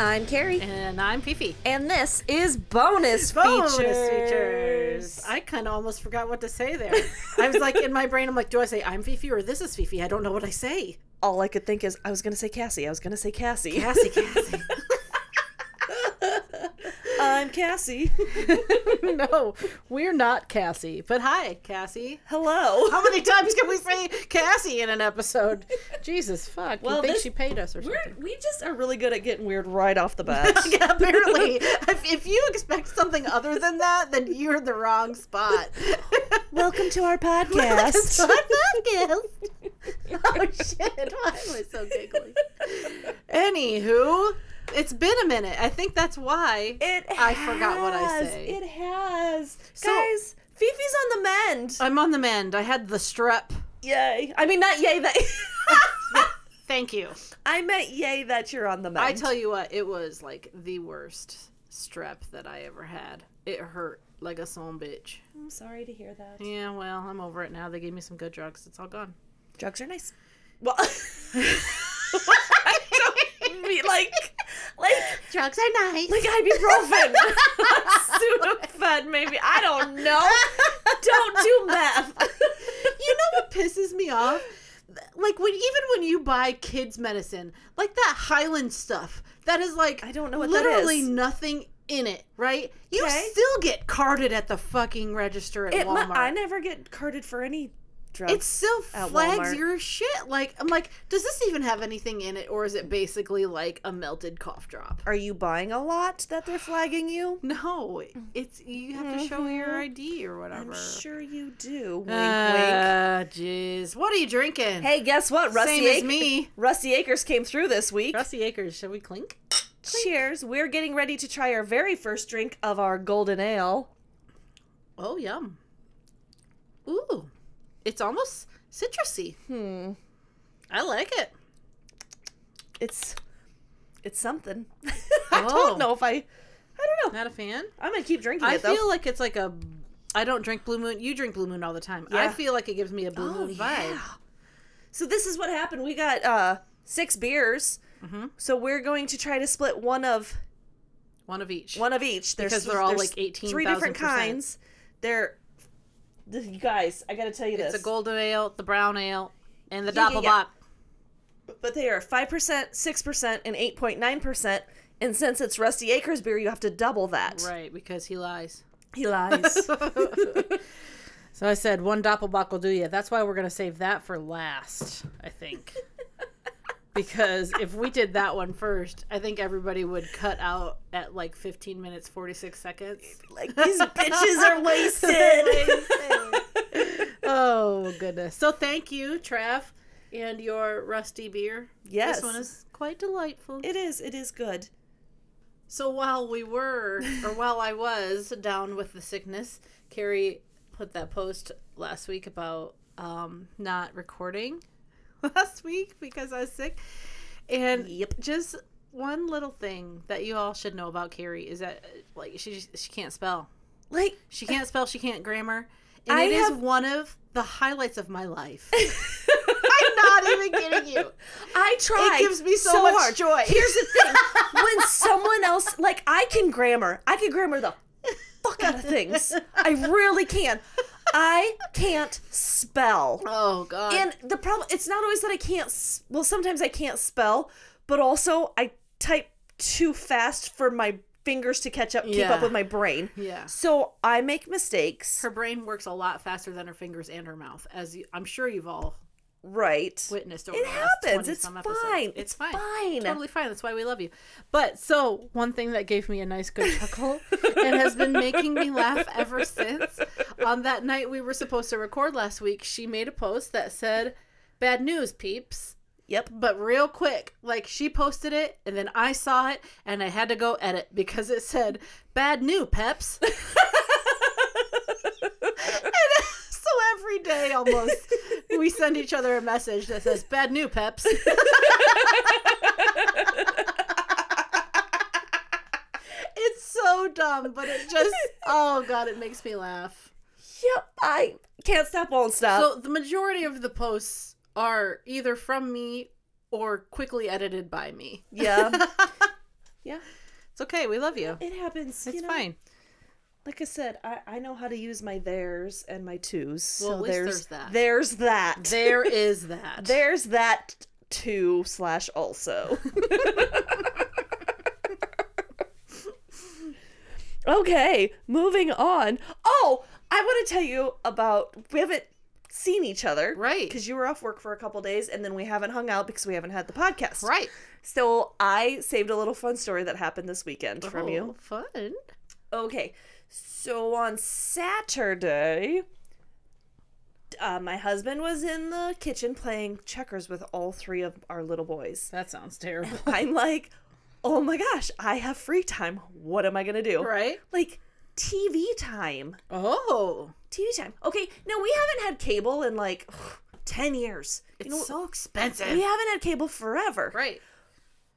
I'm Carrie. And I'm Fifi. And this is bonus, Bonus features. features. I kind of almost forgot what to say there. I was like, in my brain, I'm like, do I say I'm Fifi or this is Fifi? I don't know what I say. All I could think is I was gonna say Cassie. I was gonna say Cassie. Cassie, Cassie. I'm Cassie. no, we're not Cassie. But hi, Cassie. Hello. How many times can we say Cassie in an episode? Jesus fuck! Well, Well, you think this- she paid us or We're, something? we just are really good at getting weird right off the bat. Apparently, if, if you expect something other than that, then you're in the wrong spot. Welcome to our That's podcast. my podcast. oh shit! Why am I so giggly? Anywho, it's been a minute. I think that's why. It I forgot what I has. say. It has. Guys, Fifi's on the mend. I'm on the mend. I had the strep. yay. I mean, not yay that. Thank you. I meant yay that you're on the mend. I tell you what, it was like the worst strep that I ever had. It hurt like a son bitch. I'm sorry to hear that. Yeah, well, I'm over it now. They gave me some good drugs. It's all gone. Drugs are nice. Well, I don't mean like, like, Drugs are nice. like ibuprofen, Sudafed, maybe. I don't know. Don't do meth. you know what pisses me off? Like when even when you buy kids medicine, like that Highland stuff, that is like I don't know what that literally is. nothing in it, right? You Okay. still get carded at the fucking register at It, mu- Walmart. I never get carded for any drugs. it still At flags Walmart. your shit. Like I'm like, does this even have anything in it, or is it basically like a melted cough drop? are you buying a lot that they're flagging you? No, it's you have to show your ID or whatever. Mm-hmm. I'm sure you do. Wink, wink. Ah, jeez, what are you drinking? Hey, guess what? Rusty Same as Ac- me. Rusty Acres came through this week. Rusty Acres, shall we clink? Cheers. We're getting ready to try our very first drink of our golden ale. Oh, yum. Ooh, it's almost citrusy. Hmm. I like it. It's it's something. I Oh. don't know if I I don't know. Not a fan. I'm going to keep drinking I it though. feel like it's like a. I don't drink Blue Moon. You drink Blue Moon all the time. I Yeah. feel like it gives me a Blue Oh, Moon vibe. yeah. So this is what happened. We got uh 6 beers. Mhm. So we're going to try to split one of One of each. one of each. There's, Because they're all, there's like, 18,000%. three different kinds. They're you guys, I got to tell you It's this. a golden ale, the brown ale, and the Yeah, yeah, doppelbop. yeah. but they are 5%, 6%, and 8.9%. And since it's Rusty Acres beer, you have to double that. Right, because he lies. He lies. So I said one doppelbock will do you. That's why we're gonna save that for last, I think. because if we did that one first, I think everybody would cut out at like 15 minutes 46 seconds. like, these bitches are wasted. Oh goodness! So thank you, Trav, and your rusty beer. Yes. this one is quite delightful. it is. It is good. So while we were, or while I was down with the sickness, Carrie put that post last week about um, not recording last week because I was sick. And Yep. just one little thing that you all should know about Carrie is that uh, like she just, she can't spell. Like, She can't spell. She can't grammar. And I it is have- one of the highlights of my life. I'm not even kidding you. I tried. gives me so much joy. Here's the thing when someone else, like, I can grammar, I can grammar the fuck out of things. I really can. I can't spell. Oh God. And the problem, it's not always that I can't, s- well, sometimes I can't spell, but also I type too fast for my fingers to catch up, keep Yeah. up with my brain. Yeah. So I make mistakes. her brain works a lot faster than her fingers and her mouth, as you, I'm sure you've all right. witnessed over It the last happens. 20 It's some fine. episodes. It's fine. Totally fine. That's why we love you. But so one thing that gave me a nice good chuckle and has been making me laugh ever since. On that night we were supposed to record last week, she made a post that said, "Bad news, peeps." Yep. But real quick, like she posted it and then I saw it and I had to go edit because it said bad new peps. and so every day almost we send each other a message that says bad new peps. it's so dumb, but it just oh god, it makes me laugh. Yep. I can't stop, won't stop. So the majority of the posts are either from me or quickly edited by me. yeah. yeah. It's okay. We love you. It happens. It's you know? fine. Like I said, I, I know how to use my theirs and my twos. Well, so at least there's, there's There's that. that. There is that. there's that too slash also. okay, moving on. Oh, I want to tell you about we haven't seen each other, Right. Because you were off work for a couple days, and then we haven't hung out because we haven't had the podcast, Right. So I saved a little fun story that happened this weekend from you. Oh, Fun. Oh. Okay, so on Saturday, uh, my husband was in the kitchen playing checkers with all three of our little boys. That sounds terrible. I'm like, oh my gosh, I have free time. What am I gonna do? right? Like TV time. Oh. TV time. Okay, now we haven't had cable in like 10 years. It's you know, so expensive. we haven't had cable forever. Right.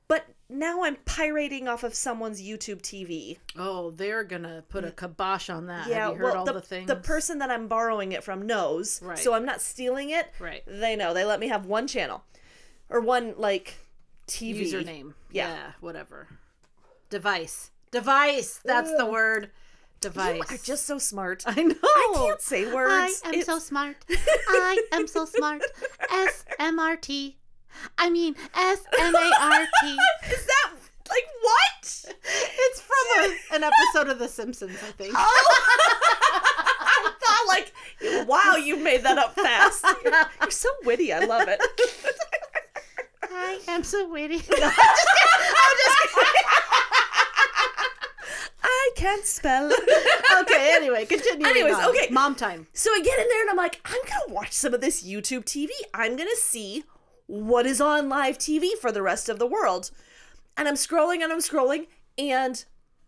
But now I'm pirating off of someone's YouTube TV. Oh, they're gonna put a kibosh on that. Have you heard all the, things? the person that I'm borrowing it from knows, Right. so I'm not stealing it. Right. They know. They let me have one channel, or one like TV username. Yeah. whatever. Device. Device. That's the word. Device. You are just so smart. I know. I can't say words. I am It- so smart. I am so smart. S M R T. I mean S M A R T. Is that like what? It's from a, an episode of The Simpsons, I think. I thought like, wow, you made that up fast. You're, you're so witty. I love it. I am so witty. I can't spell. okay, anyway, continue. Anyways, on. okay. Mom time. So I get in there and I'm like, I'm gonna watch some of this YouTube TV. I'm gonna see what is on live TV for the rest of the world. And I'm scrolling and I'm scrolling, and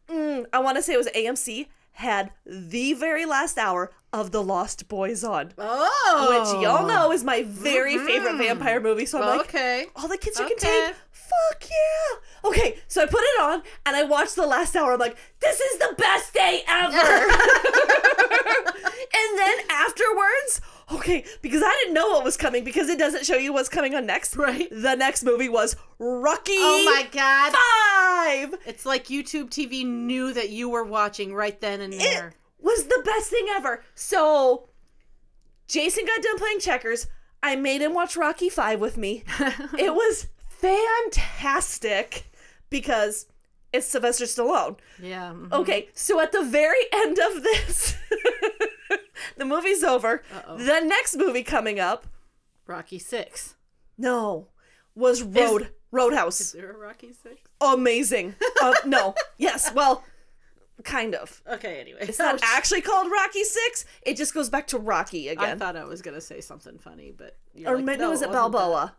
mm, I wanna say it was AMC had the very last hour of The Lost Boys on, Oh. Mm-hmm. which y'all know is my very favorite vampire movie. So I'm like, okay. all the kids you Okay. can take. Fuck yeah. Okay, so I put it on and I watched the last hour. I'm like, this is the best day ever. and then afterwards, okay, because I didn't know what was coming because it doesn't show you what's coming on next. Right. The next movie was Rocky Oh my god. Five. It's like YouTube TV knew that you were watching right then and It there. was the best thing ever. So Jason got done playing checkers. I made him watch Rocky Five with me. it was fantastic because it's Sylvester Stallone. yeah. mhm. Okay, so at the very end of this, the movie's over. Uh-oh. The next movie coming up, Rocky 6. no, was Road Roadhouse. Zero Rocky 6. Amazing. Uh, no, yes, well, kind of. Okay, anyway. It's not actually called Rocky Six. It just goes back to Rocky I again. thought I was going to say something funny, but you're or like, maybe no, it was at wasn't that." Balboa.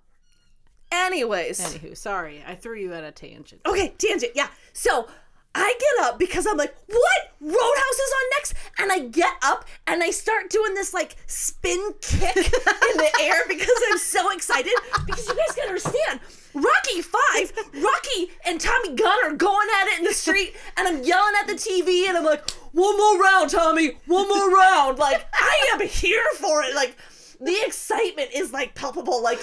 Anyways. Anywho, sorry, I threw you at a tangent. Okay, tangent. Yeah. So I get up because I'm like, what? Roadhouse is on next? And I get up and I start doing this like spin kick in the air because I'm so excited. Because you guys gotta understand, Rocky Five, Rocky and Tommy Gunn are going at it in the street, and I'm yelling at the TV and I'm like, one more round, Tommy, one more round. Like, I am here for it. Like, the excitement is like palpable. Like,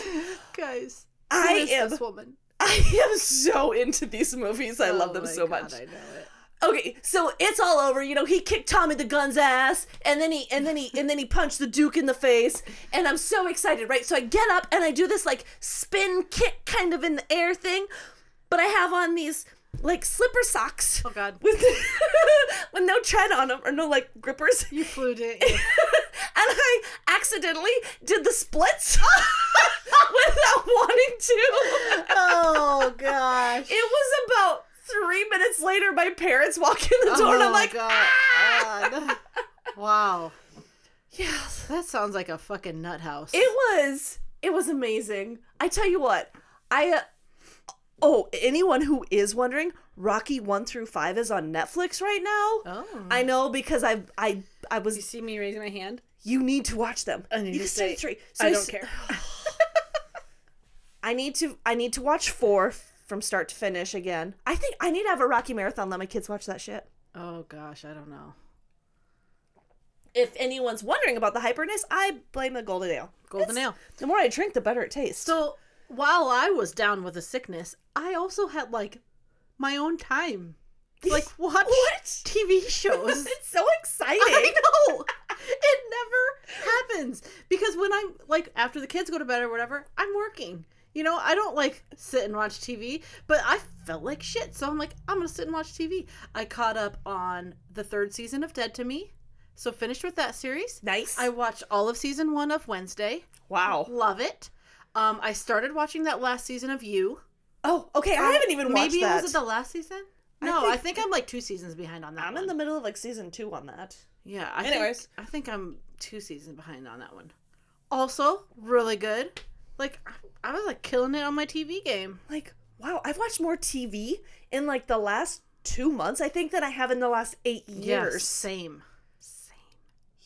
Guys, I am woman? I am so into these movies. I love them so much. Oh I know it. Okay, so it's all over. You know, he kicked Tommy the Gun's ass, and then he and then he and then he punched the Duke in the face. And I'm so excited, right? So I get up and I do this like spin kick kind of in the air thing, but I have on these like slipper socks Oh God, with with no tread on them or no like grippers. you flew didn't you? and I accidentally did the splits without wanting to. oh gosh. It was about three minutes later. My parents walk in the door, and I'm like, Oh, ah! God. God. wow, "Yes, that sounds like a fucking nut house. it was. It was amazing." I tell you what, I. Uh, oh, anyone who is wondering, Rocky one through five is on Netflix right now. oh, I know because I I I you was. see me raising my hand? You need to watch them. I need you to can start say, at three. I s- don't care. I need to. I need to watch four f- from start to finish again. I think I need to have a Rocky marathon. Let my kids watch that shit. Oh gosh, I don't know. If anyone's wondering about the hyperness, I blame the golden ale. Golden ale. The more I drink, the better it tastes. So while I was down with a sickness, I also had like my own time Like watch What? TV shows. It's so exciting. I know. It never happens because when I'm like after the kids go to bed or whatever, I'm working. You know, I don't like sit and watch TV, but I felt like shit, so I'm like, I'm gonna sit and watch TV. I caught up on the third season of Dead to Me, so finished with that series. Nice. I watched all of season one of Wednesday. wow. Love it. Um, I started watching that last season of You. Oh, okay. I haven't even watched Maybe that. was it the last season? I No, think- I think, I am like two seasons behind on that. I'm one. in the middle of like season two on that. Yeah. I Anyways. think, I think I'm two seasons behind on that one. Also, really good. Like I- I was like killing it on my TV game. Like, wow. I've watched more TV in like the last two months, I think, than I have in the last eight Yeah, years. same.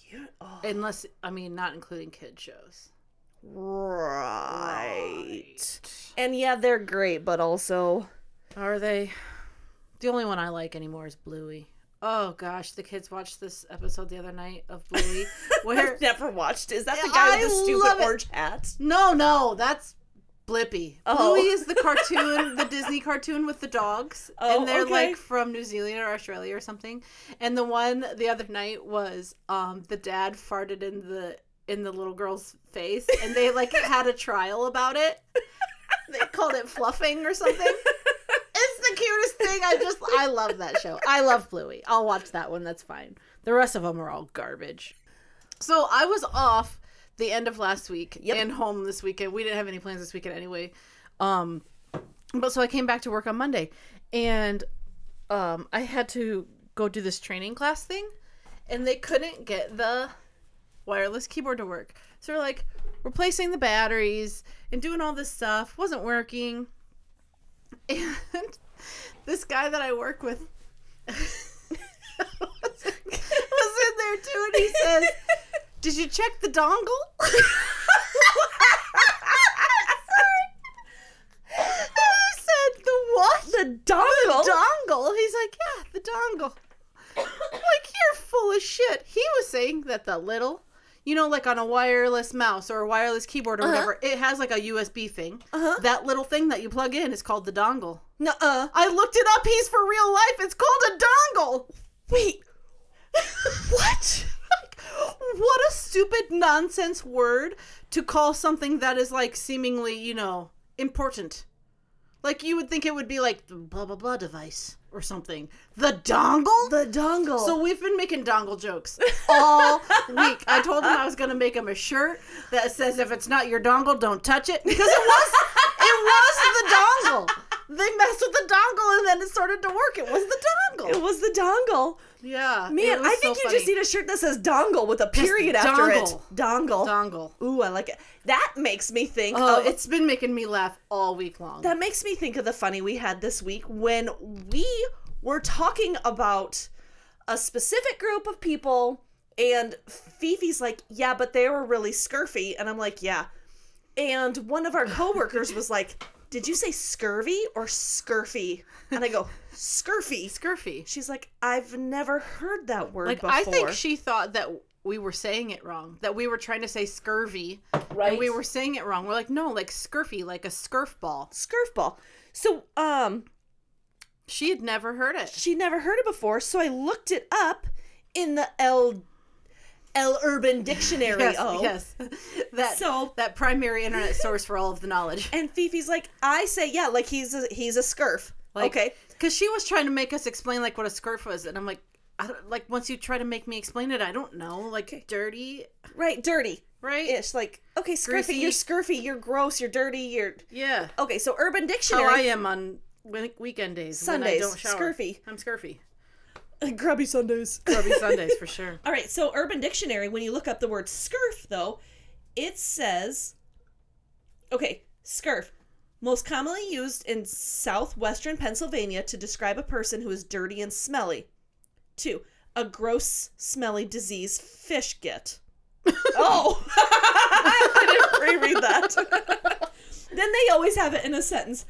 You- oh, Unless I mean, not including kid shows. right. And yeah, they're great, but also. Are they? The only one I like anymore is Bluey. Oh gosh, the kids watched this episode the other night of Bluey, where I've never watched. Is that the guy with the I love stupid it. orange hat? No, no, that's Blippy. Oh. Bluey is the cartoon, the Disney cartoon with the dogs, Oh, and they're okay. like from New Zealand or Australia or something. And the one the other night was um the dad farted in the in the little girl's face, and they like had a trial about it. They called it fluffing or something. It's the cutest thing. I just I love that show. I love Bluey. I'll watch that one. That's fine. The rest of them are all garbage. So I was off the end of last week Yep. and home this weekend. We didn't have any plans this weekend anyway. Um but so I came back to work on Monday and um I had to go do this training class thing and they couldn't get the wireless keyboard to work. So we're like replacing the batteries and doing all this stuff. Wasn't working. And this guy that I work with was in there too, and he says, "Did you check the dongle?" Sorry. I said the what? The dongle. dongle. He's like, yeah, the dongle. I'm like you're full of shit. He was saying that the little, you know, like on a wireless mouse or a wireless keyboard or whatever, it has like a USB thing. Uh-huh. That little thing that you plug in is called the dongle. Nuh-uh. I looked it up. He's for real life. It's called a dongle. Wait. what? Like, what a stupid nonsense word to call something that is like seemingly, you know, important. Like you would think it would be like the blah blah blah device or something. The dongle? The dongle. So we've been making dongle jokes all week. I told him I was gonna make him a shirt that says if it's not your dongle, don't touch it. Because it was it was the dongle. They messed with the dongle and then it started to work. It was the it dongle. was the dongle. Yeah. Man, I think you just need a shirt that says dongle with a period after it. Dongle. dongle. Ooh, I like it. That makes me think Oh, of it's been making me laugh all week long. that makes me think of the funny we had this week when we were talking about a specific group of people and Fifi's like, "Yeah, but they were really scurfy." And I'm like, "Yeah." And one of our coworkers was like, "Did you say scurvy or scurfy?" And I go, "Scurfy." Scurfy. She's like, "I've never heard that word Like before." I think she thought that we were saying it wrong. That we were trying to say scurvy. right? And we were saying it wrong. We're like, no, like scurfy, like a scurf ball. scurf ball. So, um, She had never heard it. she never heard it before, so I looked it up in the L L Urban Dictionary. Yes, oh, yes. That So- that primary internet source for all of the knowledge. and Fifi's like, I say, yeah, like he's a, he's a scurf. Like, okay, Because she was trying to make us explain like what a scurf was, and I'm like, I don't, like once you try to make me explain it, I don't know. Like dirty, right, dirty right? ish. Like, okay, scurfy, Greasy. you're scurfy, you're gross, you're dirty, you're Yeah. okay. So Urban How I Dictionary, am on we- weekend days. Sundays, When I don't shower. scurfy, I'm scurfy. grubby Sundays. Grubby Sundays for sure. All right, so Urban Dictionary, when you look up the word scurf, though, it says, okay, scurf, most commonly used in southwestern Pennsylvania to describe a person who is dirty and smelly. Two, a gross, smelly disease fish get. oh, I didn't reread that. then they always have it in a sentence.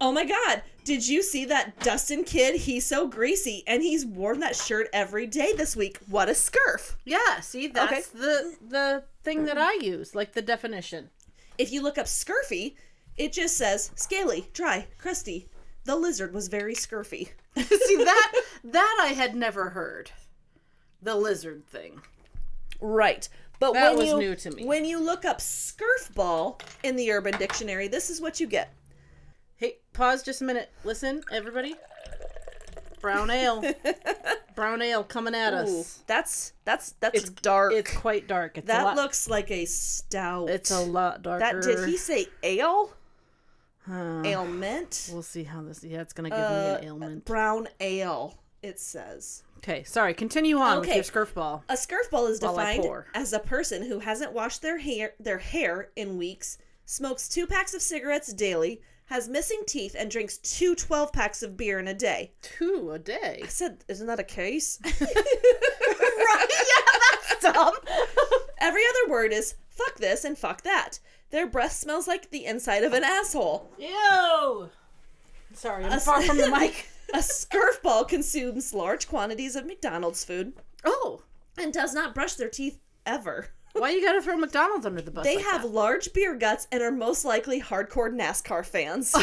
Oh my God, did you see that Dustin kid? He's so greasy and he's worn that shirt every day this week. What a scurf. Yeah. See, that's the the thing that I use, like the definition. If you look up scurfy, it just says scaly, dry, crusty, the lizard was very scurfy. See that that I had never heard. The lizard thing. Right. But That when was you, new to me. When you look up scurfball in the Urban Dictionary, this is what you get. Hey, pause just a minute. Listen, everybody. Brown ale. Brown ale coming at Ooh, us. that's that's that's dark. It's quite dark. It's a that lot, looks like a stout. It's a lot That darker. did he say ale? Huh. Ailment? We'll see how this. Yeah, it's gonna give Uh, me an ailment. Brown ale. It says. Okay, sorry. Continue on Okay. with your scurf ball. A scurfball is While I defined pour. as a person who hasn't washed their hair their hair in weeks, smokes two packs of cigarettes daily, has missing teeth, and drinks two 12 packs of beer in a day. Two a day. I said, isn't that a case? Dumb. Every other word is fuck this and fuck that. Their breath smells like the inside of an asshole. Ew. Sorry, I'm A far s- from the mic. A scurfball consumes large quantities of McDonald's food Oh, and does not brush their teeth ever. why you gotta throw McDonald's under the bus? They like have large beer guts and are most likely hardcore NASCAR fans. and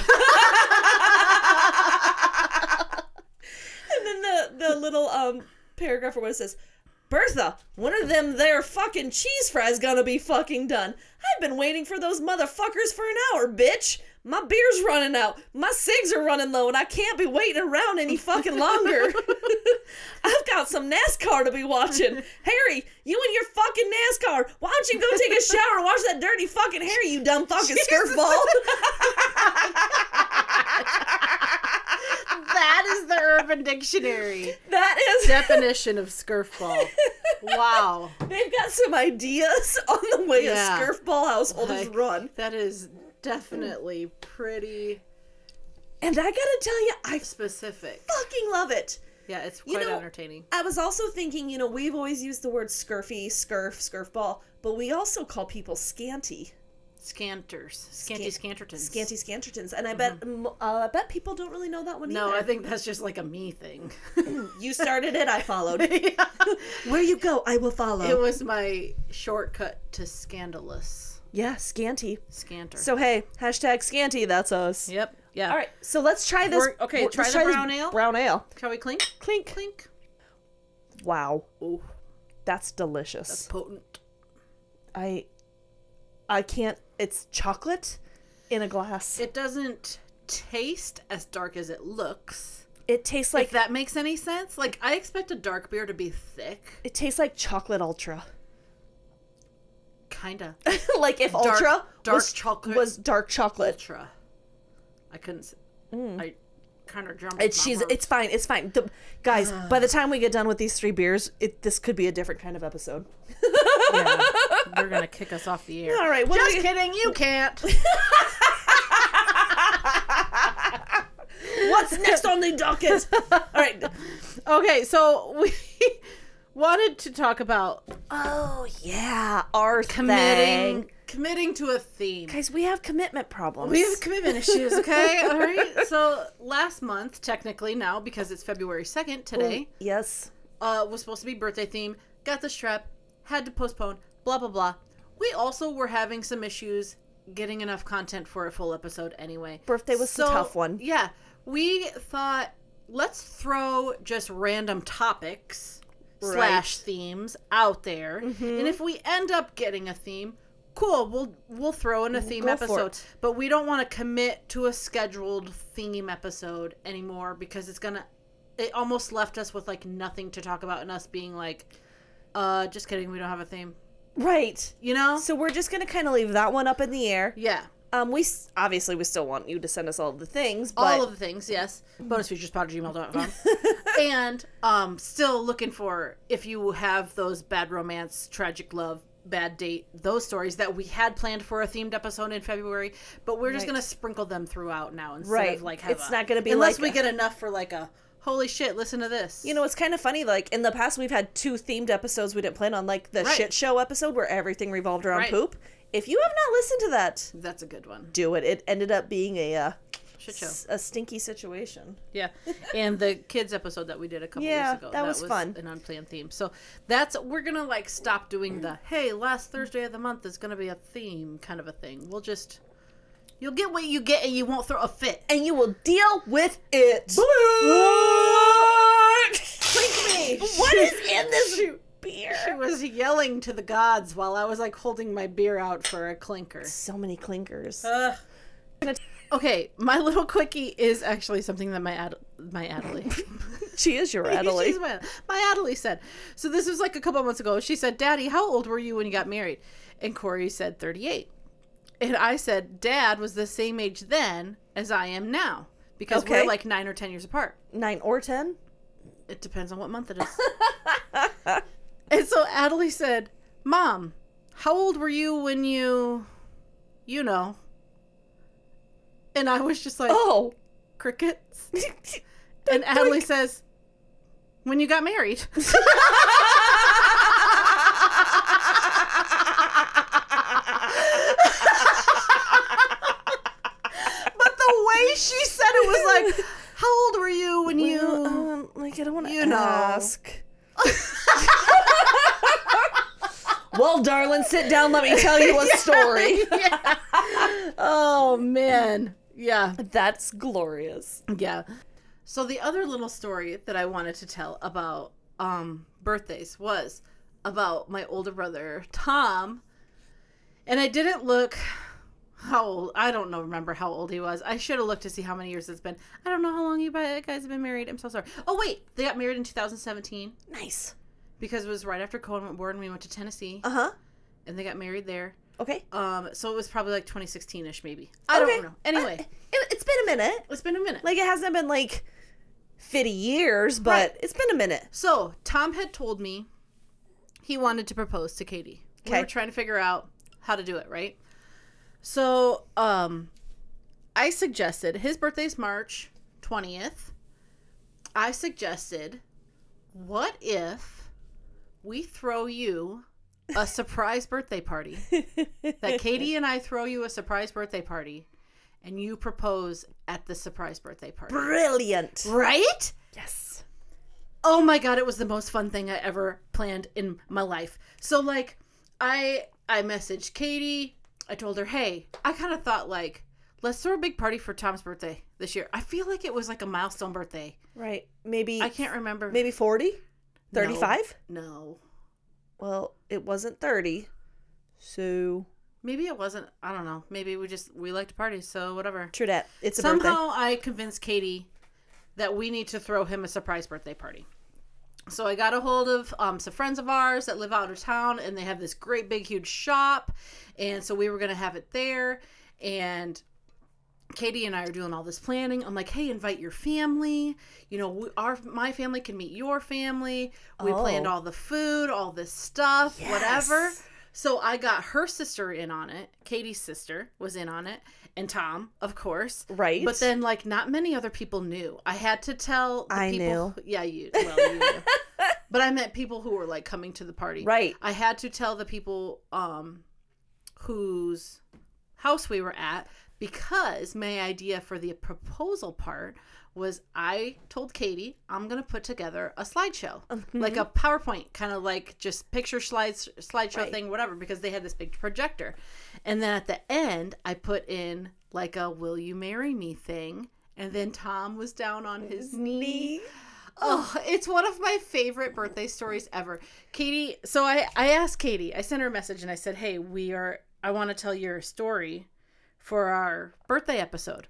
then the, the little um paragraph or what it says, Bertha, when are them there fucking cheese fries gonna be fucking done? I've been waiting for those motherfuckers for an hour, bitch. My beer's running out. My cigs are running low, and I can't be waiting around any fucking longer. I've got some NASCAR to be watching. Harry, you and your fucking NASCAR. Why don't you go take a shower and wash that dirty fucking hair, you dumb fucking scurfball? that is the Urban Dictionary That is. definition of scurf ball. Wow, They've got some ideas on the way Yeah. a scurfball household is Like- run. that is definitely pretty And I gotta tell you, I specific. fucking love it. Yeah, it's You quite know- entertaining. I was also thinking, you know, we've always used the word scurfy, scurf, scurfball, but we also call people scanty, Scanters, scanty scantertons. scanty scantertons, and I bet mm uh, I bet people don't really know that one Mm-hmm. No, either. I think that's just like a me thing. you started it, I followed. Yeah. Where you go, I will follow. It was my shortcut to scandalous yeah, scanty. scanter. So hey, hashtag scanty, that's us. yep, yeah. All right, so let's try this. We're- okay, let's try the this brown ale. Brown ale. Shall we clink? Clink. Clink. Wow, Oh, that's delicious. potent. I, I can't. It's chocolate in a glass. It, It doesn't taste as dark as it looks. tastes Like like if that makes any sense. Like I expect a dark beer to be thick, it tastes like chocolate ultra. kinda like if Dark- ultra dark was, chocolate. was dark chocolate. ultra. I couldn't. s I kind of jumped. It's my she's words. it's fine. It's fine. The, guys, by the time we get done with these three beers, it this could be a different kind of episode. Yeah, they're gonna kick us off the air. All right, what do Just we- kidding. You can't. What's next on the docket? All right. okay, so we wanted to talk about Oh yeah, our committing committing. committing to a theme. Guys, we have commitment problems. We have commitment issues, okay? All right. So last month, technically now because it's February 2nd today, Oh, yes. uh was supposed to be birthday theme, got the strep, had to postpone, blah blah blah. We also were having some issues getting enough content for a full episode anyway. Birthday was the tough one. Yeah. We thought let's throw just random topics slash themes out there. Mm-hmm. And if we end up getting a theme, cool, we'll we'll throw in a theme go for episode. it. But we don't want to commit to a scheduled theme episode anymore because it's gonna it almost left us with like nothing to talk about and us being like, uh, just kidding, we don't have a theme. Right. You know? So we're just gonna kind of leave that one up in the air. yeah. Um, we s- obviously we still want you to send us all the things, but all of the things yes bonus features gmail.com and um still looking for if you have those bad romance tragic love bad date those stories that we had planned for a themed episode in february but we're just Right. gonna sprinkle them throughout now instead Right. of like have It's a- not gonna be unless like we a- get enough for like a holy shit listen to this you know it's kind of funny. Like in the past, we've had two themed episodes we didn't plan on, like the Right. shit show episode where everything revolved around Right. poop. If you have not listened to that, that's a good one do it. It ended up being a uh, shit show s- a stinky situation. Yeah, and the kids episode that we did a couple Yeah, weeks ago that was fun. An unplanned theme. So that's we're gonna like stop doing the hey last Thursday of the month is gonna be a theme kind of a thing. We'll just You'll get what you get, and you won't throw a fit. and you will deal with it. Click me. What is in this She beer? was yelling to the gods while I was like holding my beer out for a clinker. So many clinkers. Ugh. Okay, my little quickie is actually something that my ad- my Adelie, she is your She's my, my Adelie said. So this was like a couple months ago. She said, "Daddy, how old were you when you got married?" And Corey said, "38." And I said, "Dad was the same age then as I am now because Okay. we're like nine or ten years apart." Nine or ten? It depends on what month it is. and so Adelie said, Mom, how old were you when you, you know? And I was just like, Oh. crickets. And Adelie says, when you got married. but the way she said it was like, how old were you when you you. um, like I don't want to you know. ask. well, darling, sit down. Let me tell you a story. Yeah. Oh, uh, man. Yeah. That's glorious. Yeah. So the other little story that I wanted to tell about um birthdays was about my older brother Tom. And I didn't look how old I don't know remember how old he was. I should have looked to see how many years it's been. I don't know how long you bi- guys have been married. I'm so sorry. Oh wait, they got married in 2017 Nice. because it was right after Cohen went born. We went to Tennessee Uh huh. and they got married there. Okay. Um, so it was probably like 2016ish maybe. I Okay. don't know. Anyway, I- Uh, it, it's been a minute. it's been a minute. Like it hasn't been like fifty years, but Right. it's been a minute. So Tom had told me he wanted to propose to Katie. We Okay. were trying to figure out how to do it, right? So um I suggested his birthday's March 20th. I suggested what if we throw you a surprise birthday party? that Katie and I throw you a surprise birthday party and you propose at the surprise birthday party. Brilliant. Right? Yes. oh my god it was the most fun thing i ever planned in my life so like i i messaged katie i told her hey i kind of thought like let's throw a big party for tom's birthday this year i feel like it was like a milestone birthday Right. Maybe i can't remember maybe 40? 35? no Well, it wasn't 30. So, maybe it wasn't i don't know maybe we just we liked to party so whatever true that. It's a birthday. somehow i convinced katie that we need to throw him a surprise birthday party so i got a hold of um, some friends of ours that live out of town and they have this great big huge shop and so we were going to have it there and Katie and I are doing all this planning. I'm like, hey, invite your family. You know, we, our my family can meet your family. We Oh. planned all the food, all this stuff, whatever. Yes. So I got her sister in on it. Katie's sister was in on it, and Tom, of course. Right. But then, like, not many other people knew. I had to tell. The I people knew. Who, yeah, you. Well, you knew. but I meant people who were like coming to the party. Right. I had to tell the people um, whose house we were at because my idea for the proposal part was I told Katie I'm gonna put together a slideshow, like a PowerPoint kind of like just picture slides slideshow Right. thing, whatever, because they had this big projector, and then at the end I put in like a "Will you marry me?" thing, and then Tom was down on his knee. Oh, it's one of my favorite birthday stories ever. Katie, so I, I asked Katie, I sent her a message and I said, Hey, we are, I want to tell your story for our birthday episode.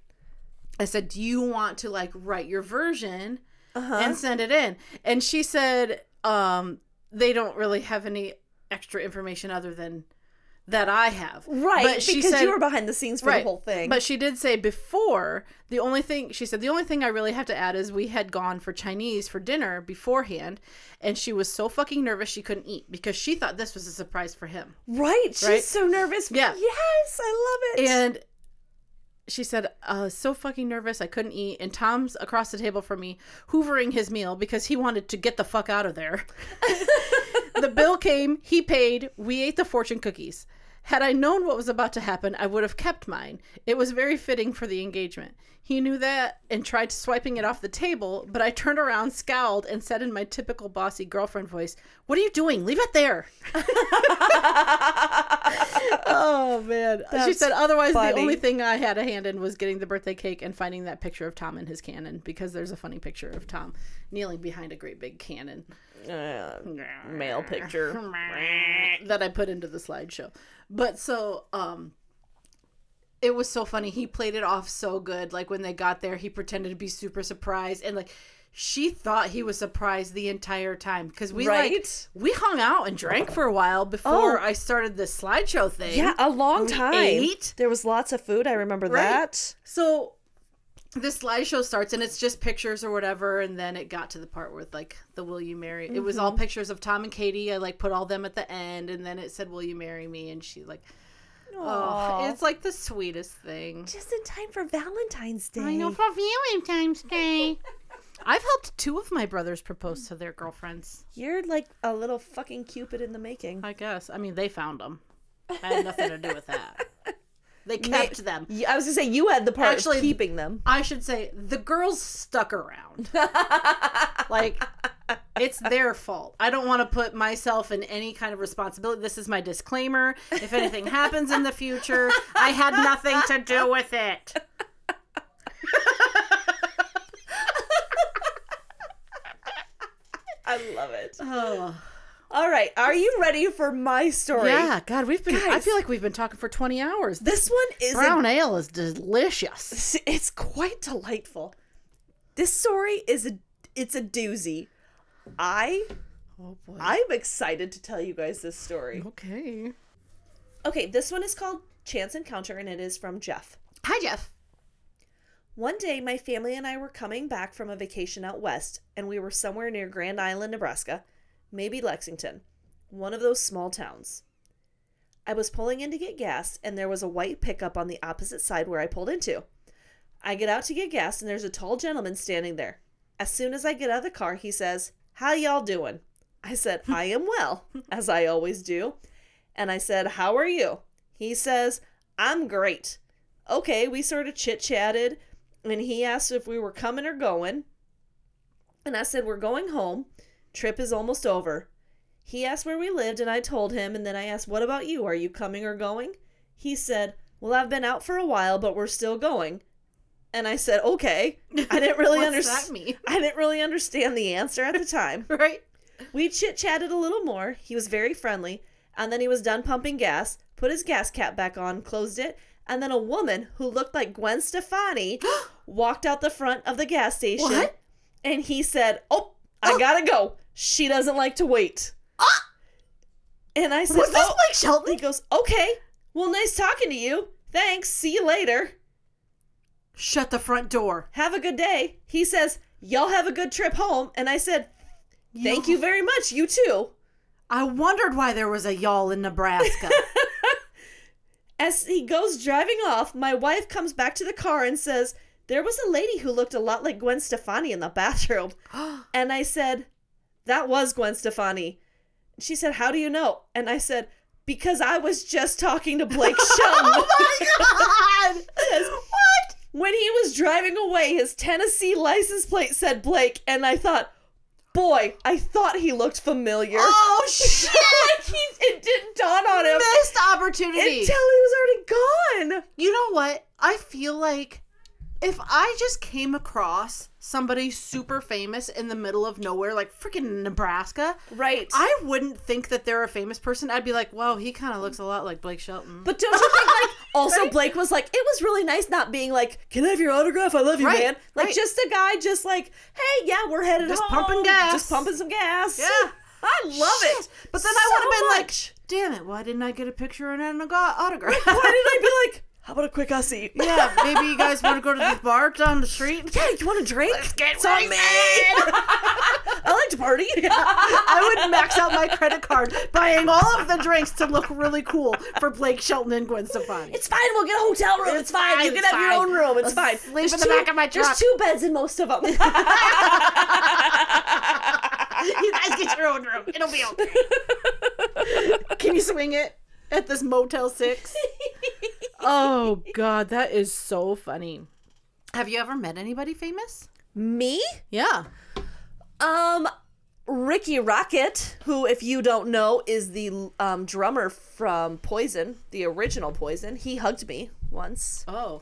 I said, Do you want to like write your version Uh-huh. and send it in? And she said, um, They don't really have any extra information other than that I have. right, But she because said, you were behind the scenes for the whole thing. but she did say before the only thing she said the only thing I really have to add is we had gone for Chinese for dinner beforehand, and she was so fucking nervous she couldn't eat because she thought this was a surprise for him. right, she's Right? so nervous. Yeah. Yes, I love it. And she said, I was so fucking nervous, I couldn't eat. And Tom's across the table from me, hoovering his meal because he wanted to get the fuck out of there. the bill came, he paid, we ate the fortune cookies. Had I known what was about to happen, I would have kept mine. It was very fitting for the engagement. He knew that and tried swiping it off the table, but I turned around, scowled, and said in my typical bossy girlfriend voice, What are you doing? Leave it there. oh, man. she That's said, Otherwise, the funny. only thing I had a hand in was getting the birthday cake and finding that picture of Tom and his cannon because there's a funny picture of Tom kneeling behind a great big cannon Uh, male picture. that I put into the slideshow. But so um it was so funny. He played it off so good. Like when they got there, he pretended to be super surprised and like she thought he was surprised the entire time cuz we Right? like we hung out and drank for a while before Oh. I started this slideshow thing. Yeah, a long time. ate. There was lots of food. I remember that. So this slideshow starts and it's just pictures or whatever, and then it got to the part with like the "Will you marry?" It was all Mm-hmm. pictures of Tom and Katie. I like put all them at the end, and then it said "Will you marry me?" and she like, oh, Aw. it's like the sweetest thing. Just in time for Valentine's Day. I know for Valentine's Day. I've helped two of my brothers propose to their girlfriends. You're like a little fucking Cupid in the making. I guess. I mean, they found them. I had nothing to do with that. They kept them. Y- I was gonna say you had the part Actually- of keeping them. I should say the girls stuck around. like it's their fault. I don't want to put myself in any kind of responsibility. This is my disclaimer. If anything happens in the future, I had nothing to do with it. I love it. Oh. All right, are you ready for my story? Yeah, God, we've been I Guys. feel like we've been talking for 20 hours. This This one is a brown ale is delicious. it's, it's quite delightful. This story is a it's a doozy. I Oh boy. I'm excited to tell you guys this story. Okay. Okay, this one is called Chance Encounter and it is from Jeff. Hi Jeff. One day my family and I were coming back from a vacation out west and we were somewhere near Grand Island, Nebraska, maybe Lexington, one of those small towns. I was pulling in to get gas and there was a white pickup on the opposite side where I pulled into. I get out to get gas and there's a tall gentleman standing there. As soon as I get out of the car, he says, "How y'all doing?" I said, "I am well, as I always do." And I said, How are you? He says, I'm great. Okay, we sort of chit chatted, and he asked if we were coming or going. And I said, We're going home. Trip is almost over. He asked where we lived, and I told him, and then I asked, What about you? Are you coming or going? He said, Well, I've been out for a while, but we're still going. And I said, Okay. I didn't really What's understand. that mean? I didn't really understand the answer at the time. Right? We chit chatted a little more. He was very friendly. And then he was done pumping gas, put his gas cap back on, closed it. And then a woman who looked like Gwen Stefani walked out the front of the gas station. What? And he said, Oh, I gotta go. She doesn't like to wait. And I said, Was Uh. this "Oh." Blake Shelton? He goes, Okay. Well, nice talking to you. Thanks. See you later. Shut the front door. Have a good day. He says, Y'all have a good trip home. And I said, Thank you very much. You too. I wondered why there was a y'all in Nebraska. As he goes driving off, my wife comes back to the car and says, There was a lady who looked a lot like Gwen Stefani in the bathroom. Oh And I said, That was Gwen Stefani. She said, How do you know? And I said, Because I was just talking to Blake Shum. God! what? When he was driving away, his Tennessee license plate said Blake. And I thought, Boy, I thought he looked familiar. Oh shit! He- it didn't dawn on him Missed opportunity. until he was already gone. you know what? I feel like if I just came across somebody super famous in the middle of nowhere, like freaking Nebraska, Right. I wouldn't think that they're a famous person. I'd be like, "Wow, he kind of looks a lot like Blake Shelton." But don't you think like also Blake was like, it was really nice not being like, Can I have your autograph? I love you, Right, man. Like right. just a guy just like, hey, yeah, we're headed Just home. pumping gas. Just pumping some gas. Yeah. I love Shit. it. But then I much. would have been like, "Damn it! Why didn't I get a picture and an auto- autograph?" Why did I be like, how about a quick Aussie? yeah, maybe you guys want to go to the bar down the street. Yeah, you want a drink? Let's get wasted. I like to party. I would max out my credit card buying all of the drinks to look really cool for Blake Shelton and Gwen Stefani. It's fine. We'll get a hotel room. It's, fine. You fine, can it's have your fine. own room. It's Let's fine. sleep There's in the two- back of my truck. There's two beds in most of them. you guys get your own room. It'll be okay. Can you swing it? at this Motel 6. oh, God, that is so funny. Have you ever met anybody famous? Me? Yeah. Um, Ricky Rocket, who, if you don't know, is the um, drummer from Poison, the original Poison. He hugged me once. Oh.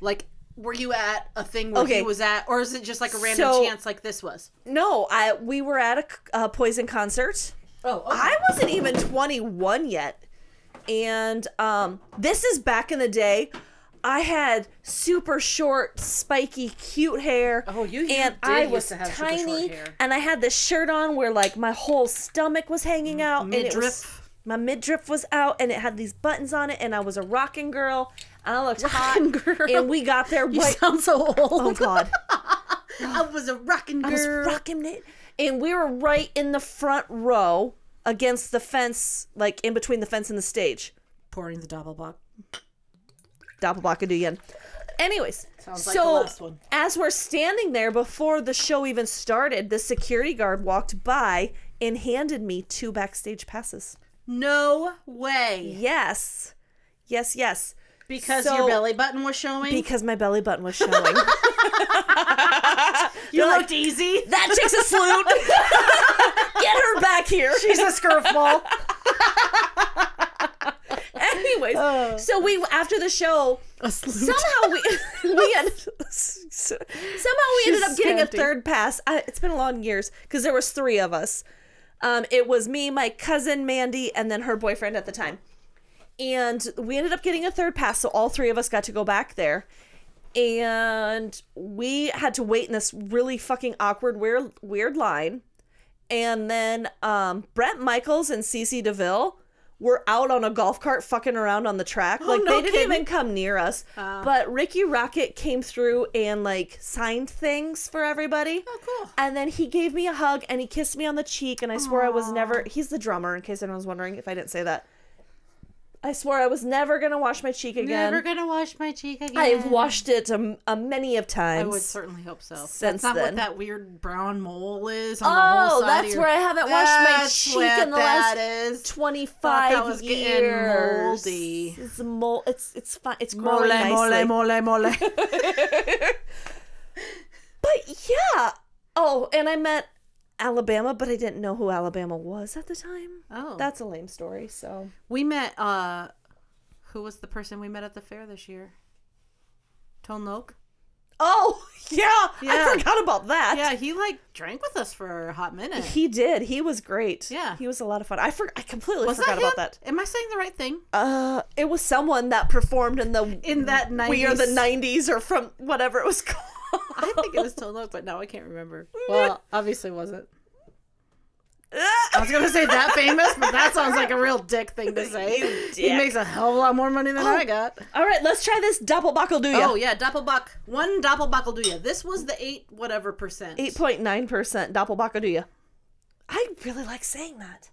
Like, were you at a thing where Okay. he was at, or is it just like a random So- chance like this was? No, I we were at a c- a Poison concert. Oh, I wasn't even 21 yet. And um, this is back in the day. I had super short, spiky, cute hair. Oh, you- you and did I used was to have super tiny, short hair. and I had this shirt on where like my whole stomach was hanging out. and it was- Midriff. my midriff was out, and it had these buttons on it, and I was a rocking girl. And I looked Rockin' hot, girl. and we got there. You right- sound so old. oh God. I was a rockin' I was girl. rocking it. And we were right in the front row against the fence, like in between the fence and the stage. pouring the doppelbock. Doppelbackaduyan. Anyways, Sounds so like the last one. as we're standing there before the show even started, the security guard walked by and handed me two backstage passes. No way. Yes. Yes, yes. Because So- your belly button was showing. Because my belly button was showing. you like- looked easy. that chick's a sloot. Get her back here. She's a scurfball. Anyways, Oh. so we after the show, a sloot. somehow we we end, somehow we ended up getting a scanty. third pass. I, it's been a long years because there was three of us. Um, it was me, my cousin Mandy, and then her boyfriend at the time. And we ended up getting a third pass, so all three of us got to go back there. And we had to wait in this really fucking awkward, weird, weird line. And then um, Brett Michaels and Cece DeVille were out on a golf cart fucking around on the track. Like Oh, no they didn't kidding. Ah. even come near us. But Ricky Rocket came through and like signed things for everybody. Oh, cool. And then he gave me a hug and he kissed me on the cheek. And I swore I was never. He's the drummer, in case anyone's wondering if I didn't say that. I swore I was never gonna wash my cheek again. Never gonna wash my cheek again. I've washed it a, a many of times. Mm. I would certainly hope so. Since that's not then. what that weird brown mole is on the oh, whole side. that's of your... where I haven't washed my That's cheek what in the that last is. twenty-five Thought that was getting years. moldy. It's mol. It's it's fine. It's growing Mole, nicely. mole, mole, mole. But yeah. Oh, and I met Alabama, but I didn't know who Alabama was at the time. Oh, that's That's a lame story. So we met. Uh, who was the person we met at the fair this year? Tone Loc. oh yeah, Yeah. I forgot about that. Yeah, he like drank with us for a hot minute. He did. He was great. Yeah. He was a lot of fun. I for- I completely was forgot that about him? that. Am I saying the right thing? Uh it was someone that performed in the In that 90s. We are the 90s or from whatever it was called. I think it was Tone Loc, but now I can't remember. Well, obviously it wasn't. I was gonna say that famous, but that sounds like a real dick thing to say. He dick. makes a hell of a lot more money than I got. All right, let's try this doppelbuckle do ya. Oh yeah, doppelbuck. One doppelbuck will do ya. This was the eight whatever percent. 8.9% doppelbuckle do ya. I really like saying that.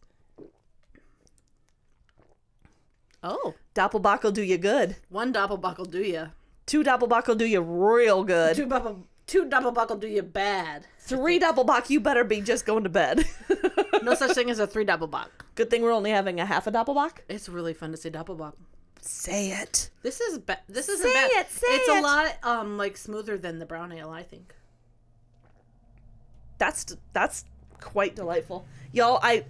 Oh, Doppelbuckle do you good. one doppelbuck will do ya. Two doppelbuckle do you real good. Two doppel two doppelbuck will do ya bad. Three doppelbuck, you better be just going to bed. No such thing as a three doppelbuck. good thing we're only having a half a doppelbuck. It's really fun to say doppelbuck. Say it. This is ba- this is Say bad. it, say it's it. a lot um like smoother than the brown ale, I think. That's that's quite delightful, y'all. I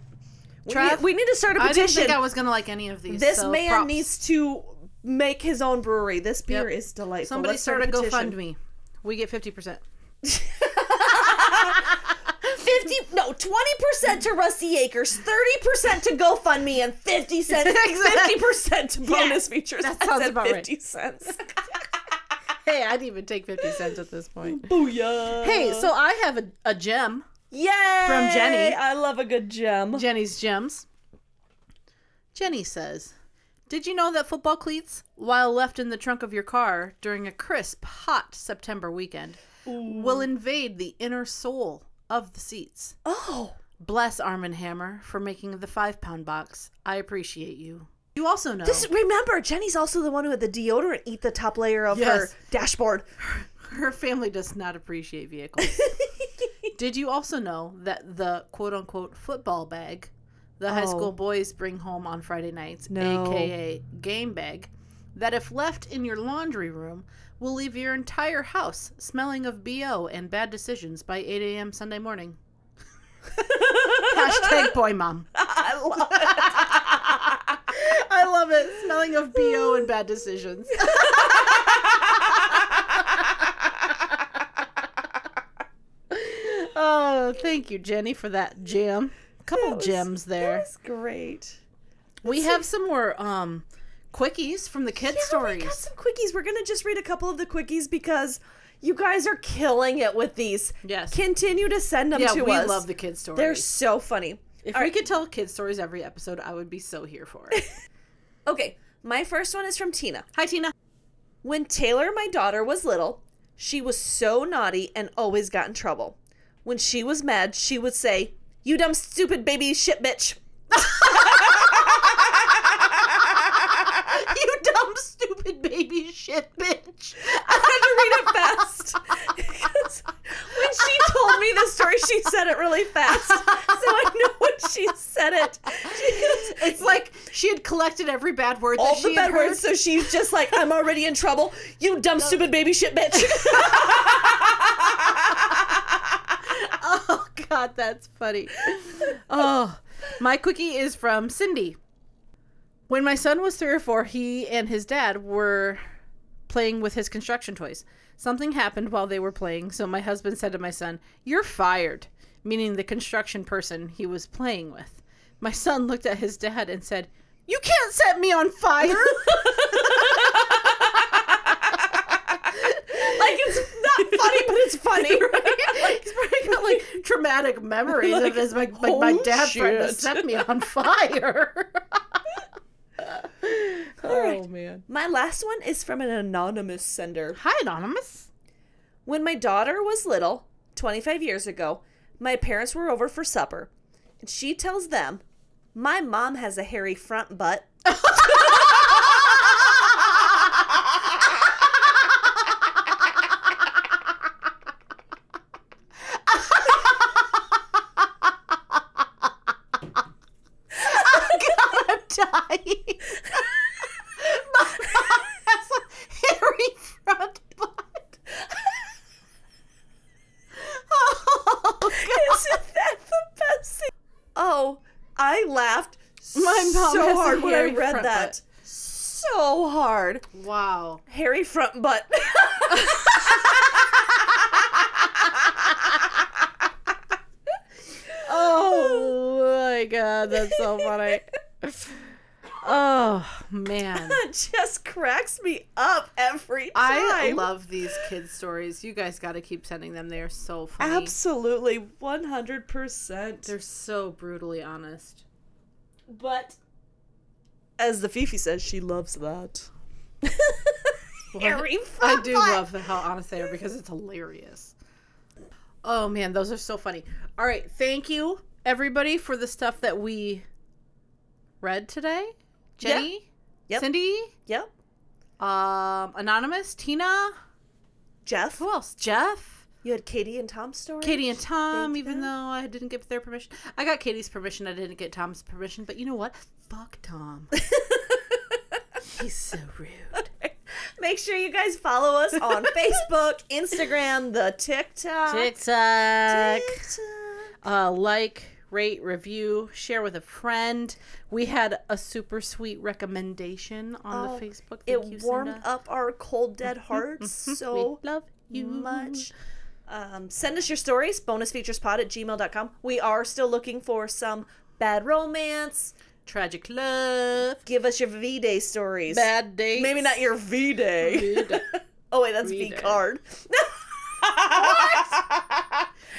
we, Trav, need, we need to start a I didn't petition. think I was gonna like any of these. this so man props. needs to make his own brewery. This beer Yep. is delightful. somebody Let's start a petition. GoFundMe. We get fifty percent. Fifty no twenty percent to Rusty Acres, thirty percent to GoFundMe, and fifty cents fifty Exactly. percent to bonus features. That sounds about right. fifty cents. Hey, I'd even take fifty cents at this point. Booyah! Hey, so I have a, a gem. Yay! From Jenny. I love a good gem. Jenny's gems. Jenny says, "Did you know that football cleats, while left in the trunk of your car during a crisp, hot September weekend, will invade the inner sole of the seats? Oh, Bless Arm and Hammer for making the five-pound box. I appreciate you. You also know Just remember, Jenny's also the one who had the deodorant eat the top layer of her Yes. dashboard. Her family does not appreciate vehicles. Did you also know that the quote unquote football bag the high Oh. school boys bring home on Friday nights, No. aka game bag, that if left in your laundry room will leave your entire house smelling of BO and bad decisions by 8 a.m. Sunday morning. Hashtag boy mom. I love it. I love it. Smelling of BO and bad decisions. oh, thank you, Jenny, for that gem. Couple That was- gems there. That's great. We have some more um quickies from the kid We got stories. some quickies. We're gonna just read a couple of the quickies because you guys are killing it with these. Yes. Continue to send them yeah, to we us. love the kid stories. They're so funny. if we could tell kid stories every episode, I would be so here for it. Okay, my first one is from Tina. Hi, Tina. When Taylor, my daughter, was little, she was so naughty and always got in trouble. When she was mad, she would say, You dumb, stupid baby shit bitch. you dumb, stupid baby shit bitch. I had to read it fast. 'Cause when she told me the story, she said it really fast. So I know when she said it. She goes, It's like she had collected every bad word all that the she bad had heard. words, so she's just like, I'm already in trouble. You dumb, stupid baby shit bitch. Oh god, that's funny. Oh, my quickie is from Cindy. When my son was 3 or 4, he and his dad were playing with his construction toys. Something happened while they were playing, so my husband said to my son, "You're fired," meaning the construction person he was playing with. My son looked at his dad and said, "You can't set me on fire." like, it's not funny, but it's funny. He's probably got like traumatic memories Like, of his like, like my oh, dad tried to shit. set me on fire. Oh man. My last one is from an anonymous sender. Hi Anonymous. When my daughter was little, 25 years ago, my parents were over for supper, and she tells them, My mom has a hairy front butt. I'm dying. My mom has a hairy front butt. Oh, God. Isn't that the best thing? Oh, I laughed My mom so has a hard when I hairy read front that. butt. So hard. Wow. Hairy front butt. Oh my god, that's so funny. Oh man. That just cracks me up every time. I love these kid stories. You guys got to keep sending them. They are so funny. Absolutely, 100%. They're so brutally honest. But as the Fifi says, she loves that. Hairy I front do butt. love the how honest they are because it's hilarious. Oh man, those are so funny. All right, thank you everybody for the stuff that we read today. Yeah. Jenny, Yep. Cindy, Yep. um, Anonymous, Tina, Jeff, who else? Jeff. you had Katie and Tom's story. Katie and Tom, Thank even them. though I didn't give their permission. I got Katie's permission. I didn't get Tom's permission. But you know what? Fuck Tom. He's so rude. Make sure you guys follow us on Facebook, Instagram, the TikTok. TikTok. TikTok. Uh, like, rate, review, share with a friend. We had a super sweet recommendation on Oh, the Facebook. Thank you, It warmed Cinda. up our cold dead hearts We so love you much. Um, send us your stories, bonusfeaturespod at gmail.com. We are still looking for some bad romance. Tragic love. Give us your V Day stories. Bad dates. Maybe not your V Day. Good. Oh wait, that's V V-Day. card.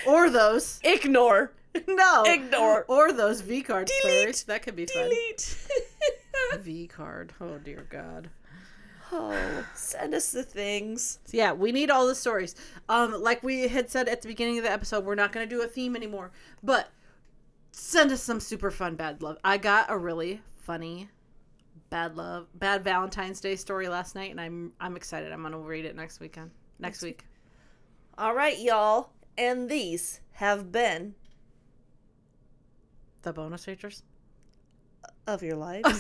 or those. Ignore. No. Ignore. Or those V card Delete. stories. That could be fun. Delete. V card. Oh dear God. oh, send us the things. So yeah, we need all the stories. Um, like we had said at the beginning of the episode, we're not gonna do a theme anymore, but send us some super fun bad love. I got a really funny bad love bad Valentine's Day story last night, and I'm I'm excited. I'm gonna read it next weekend. Next week. All right, y'all. And these have been The bonus features. of your I lives.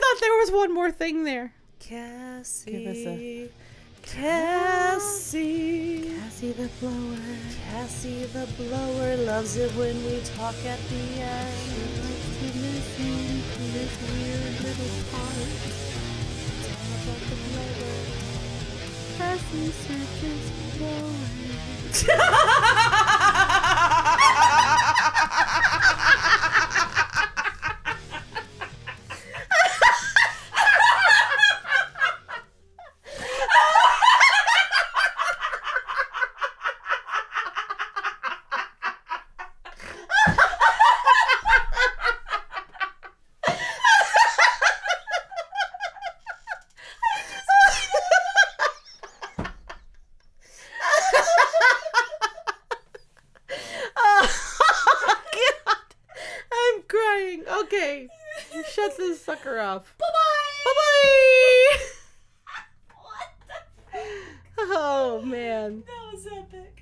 thought there was one more thing there. Cassie. Give us a- Cassie. Cassie the blower. Cassie the blower loves it when we talk at the end. Cassie searches blower. Oh, God. I'm crying. Okay. Shut this sucker off. Bye bye. Bye bye. What the Oh, man. That was epic.